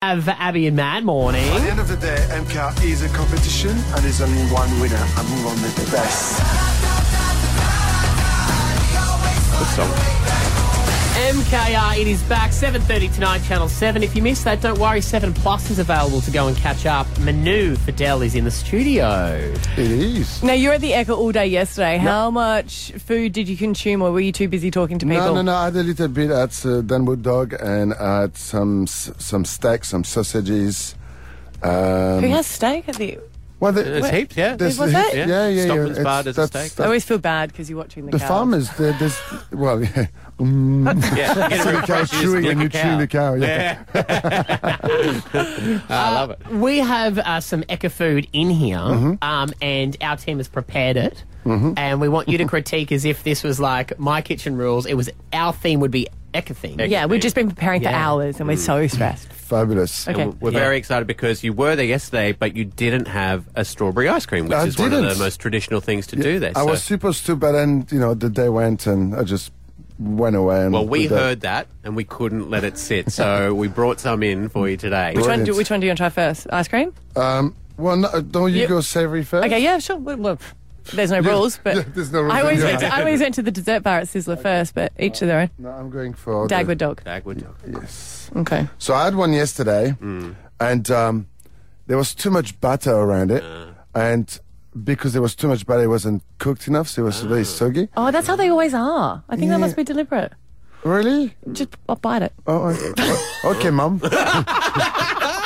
uh, for Abby and Mad Morning. At the end of the day, MCAT is a competition and there's only one winner, and we want the best. MKR, it is back, 7.30 tonight, Channel 7. If you missed that, don't worry, 7 Plus is available to go and catch up. Manu Fidel is in the studio. It is. Now you were at the Echo all day yesterday. How much food did you consume, or were you too busy talking to people? No, no, no. I had a little bit at uh, Dunwood Dog and I had some s- some steak, some sausages. Um, Who has steak at the? well, the, There's heaps, yeah. there's- Was it? Yeah, yeah, Yeah. yeah. Stockman's it's- Bar does a that's- steak. I that's- always feel bad because you're watching the. The cows. farmers, there- there's well, yeah. Mm, yeah. Get the cow a refresh, you just chewing lick and a you cow. chewing the cow. Yeah. Yeah. I love it. We have uh, some Eka food in here, um, and our team has prepared it. And we want you to critique as if this was like my kitchen rules. It was our theme would be Eka theme. Yeah, we've just been preparing for Yeah. hours, and we're so Mm. stressed. fabulous. Okay. And We're very excited because you were there yesterday, but you didn't have a strawberry ice cream, which I is one of didn't. the most traditional things to do there. I so- was supposed to, but then you know the day went and I just went away. And well, we did that. heard that and we couldn't let it sit, so we brought some in for you today. Which one, do, Brilliant. which one do you want to try first? Ice cream? Um, well, no, don't you, You- go savory first? Okay, yeah, sure. Well, well, there's no rules, but yeah, there's no rules, I always, yeah. went to, I always went to the dessert bar at Sizzler first, but each to their own. No, I'm going for the- Dagwood dog. Dagwood dog. Yes. Okay. So I had one yesterday, Mm. and um, there was too much butter around it, and because there was too much butter, it wasn't cooked enough, so it was very Ah. soggy. Oh, that's how they always are. I think Yeah. that must be deliberate. Really? Just I'll bite it. Oh, o- okay, mum. that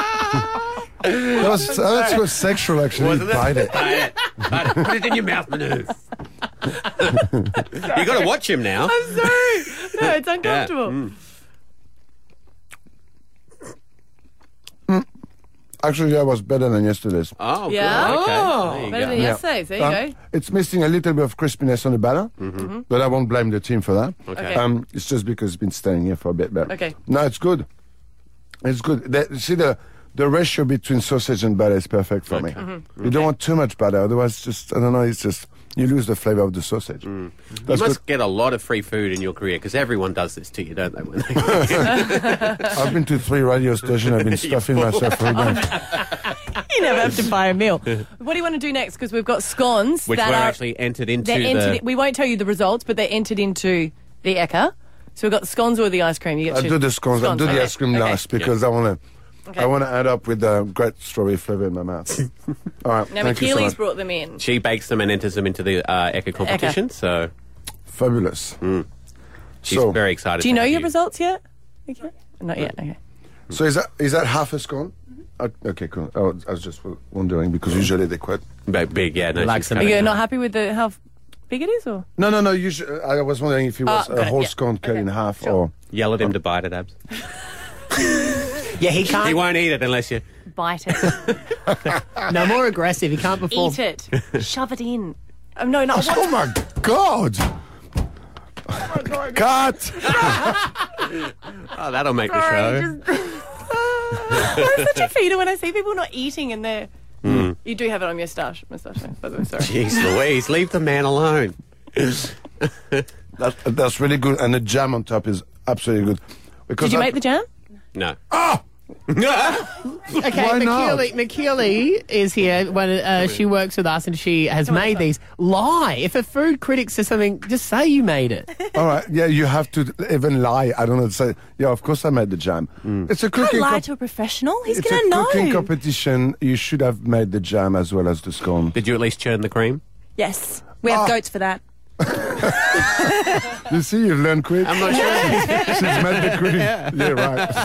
was that was sexual, actually. Wasn't it? Bite it. Bite it. Bite it. Put it in your mouth, Manu. you got to watch him now. Sorry. No, it's uncomfortable. Mm. Actually, that was better than yesterday's. Oh, good. Yeah. Okay. There you Better go. than yesterday's. There you Um, go. Mm-hmm. It's missing a little bit of crispiness on the batter, but I won't blame the team for that. Okay. Um, it's just because it's been staying here for a bit. But Okay. No, it's good. It's good. The, see the the ratio between sausage and butter is perfect for me. Mm-hmm. You don't want too much butter, otherwise, just I don't know. It's just you lose the flavor of the sausage. Mm. You That's must get a lot of free food in your career because everyone does this to you, don't they? When they good. I've been to three radio stations. I've been stuffing myself for them. You never have to buy a meal. what do you want to do next? Because we've got scones which were that are actually entered into they're entered. the. we won't tell you the results, but they're entered into the ECA. So we've got scones or the ice cream. You get I to do the scones. I do okay. the ice cream Okay. last because I want to. Okay. I want to add up with the great strawberry flavor in my mouth. All right. Now thank you so McKeely's much. brought them in. she bakes them and enters them into the uh, ECHA competition, so Fabulous. she's So- very excited. Do you to know have your results yet? Okay. Not yet. Okay. So is that is that half a scone? Uh, okay, cool. Oh, I was just w- wondering because usually they quite. Big, big, yeah. No, Like she's some- Are coming. you not happy with the how big it is, or No, no, no. Usually, I was wondering if it was Ah, a got it, whole yeah. scone cut Okay, in half sure. or. Yell at him to bite it, abs. Yeah, he He can't. won't eat it unless you. bite it, no more aggressive. He can't perform. eat it, shove it in? Um, no, not Oh my God! Cut! Oh, that'll make the show. Sorry, just- I'm such a feeder when I see people not eating and they're. Hmm. You do have it on your stash, moustache, by the way. Sorry. Jeez Louise, leave the man alone. That, that's really good, and the jam on top is absolutely good. Because Did you I- make the jam? No. Ah! Okay, Why not? McKeely, McKeely is here. When uh, she works with us, and she has made these. Lie if a food critic says something, just say you made it. All right, yeah, you have to even lie. I don't know. Say, yeah, of course I made the jam. It's a cooking. lie comp- to a professional. He's it's going to a cooking know. competition. You should have made the jam as well as the scone. Did you at least churn the cream? yes, we Ah. have goats for that. you see, you've learned quick. I'm not sure. She's made the cream. Yeah, right.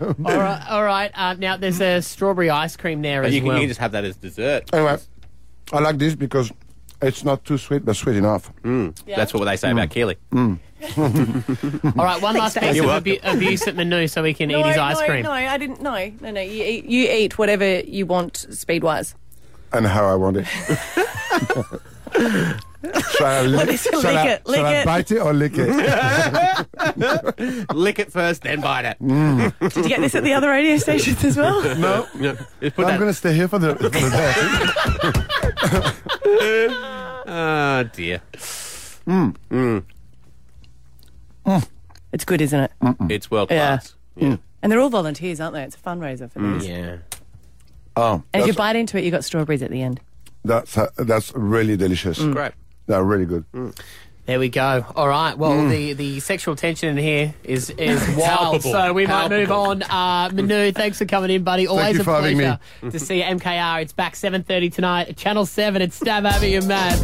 all right, all right. Uh, now there's a strawberry ice cream there as you, can, well. you can just have that as dessert. Anyway, I like this because it's not too sweet, but sweet enough. That's what they say Mm. about Keely. all right, one last piece You're of welcome. abu- abuse at Manu so he can no, eat his no, ice cream. No, I didn't. No, no, no. You eat, you eat whatever you want, speed wise. And how I want it. shall I, lick, is it? shall Lick I, it, lick shall I it. bite it or lick it? Lick it first, then bite it. Mm. Did you get this at the other radio stations as well? no. No, just put I'm that- going to stay here for the, for the day. Oh, dear. It's good, isn't it? Hmm. It's world class. Yeah. And they're all volunteers, aren't they? It's a fundraiser for these. Yeah. Oh, And Hmm. if you that's, bite into it, you got strawberries at the end. that's, uh, that's really delicious. Mm. Great. They're really good. There we go. All right. Well, the, the sexual tension in here is is wild. palpable. So we might move Palpable. on. Uh, Manu, thanks for coming in, buddy. Always you a for having me. pleasure to see you. MKR. It's back seven thirty tonight, Channel Seven. It's Stab Abby and Matt.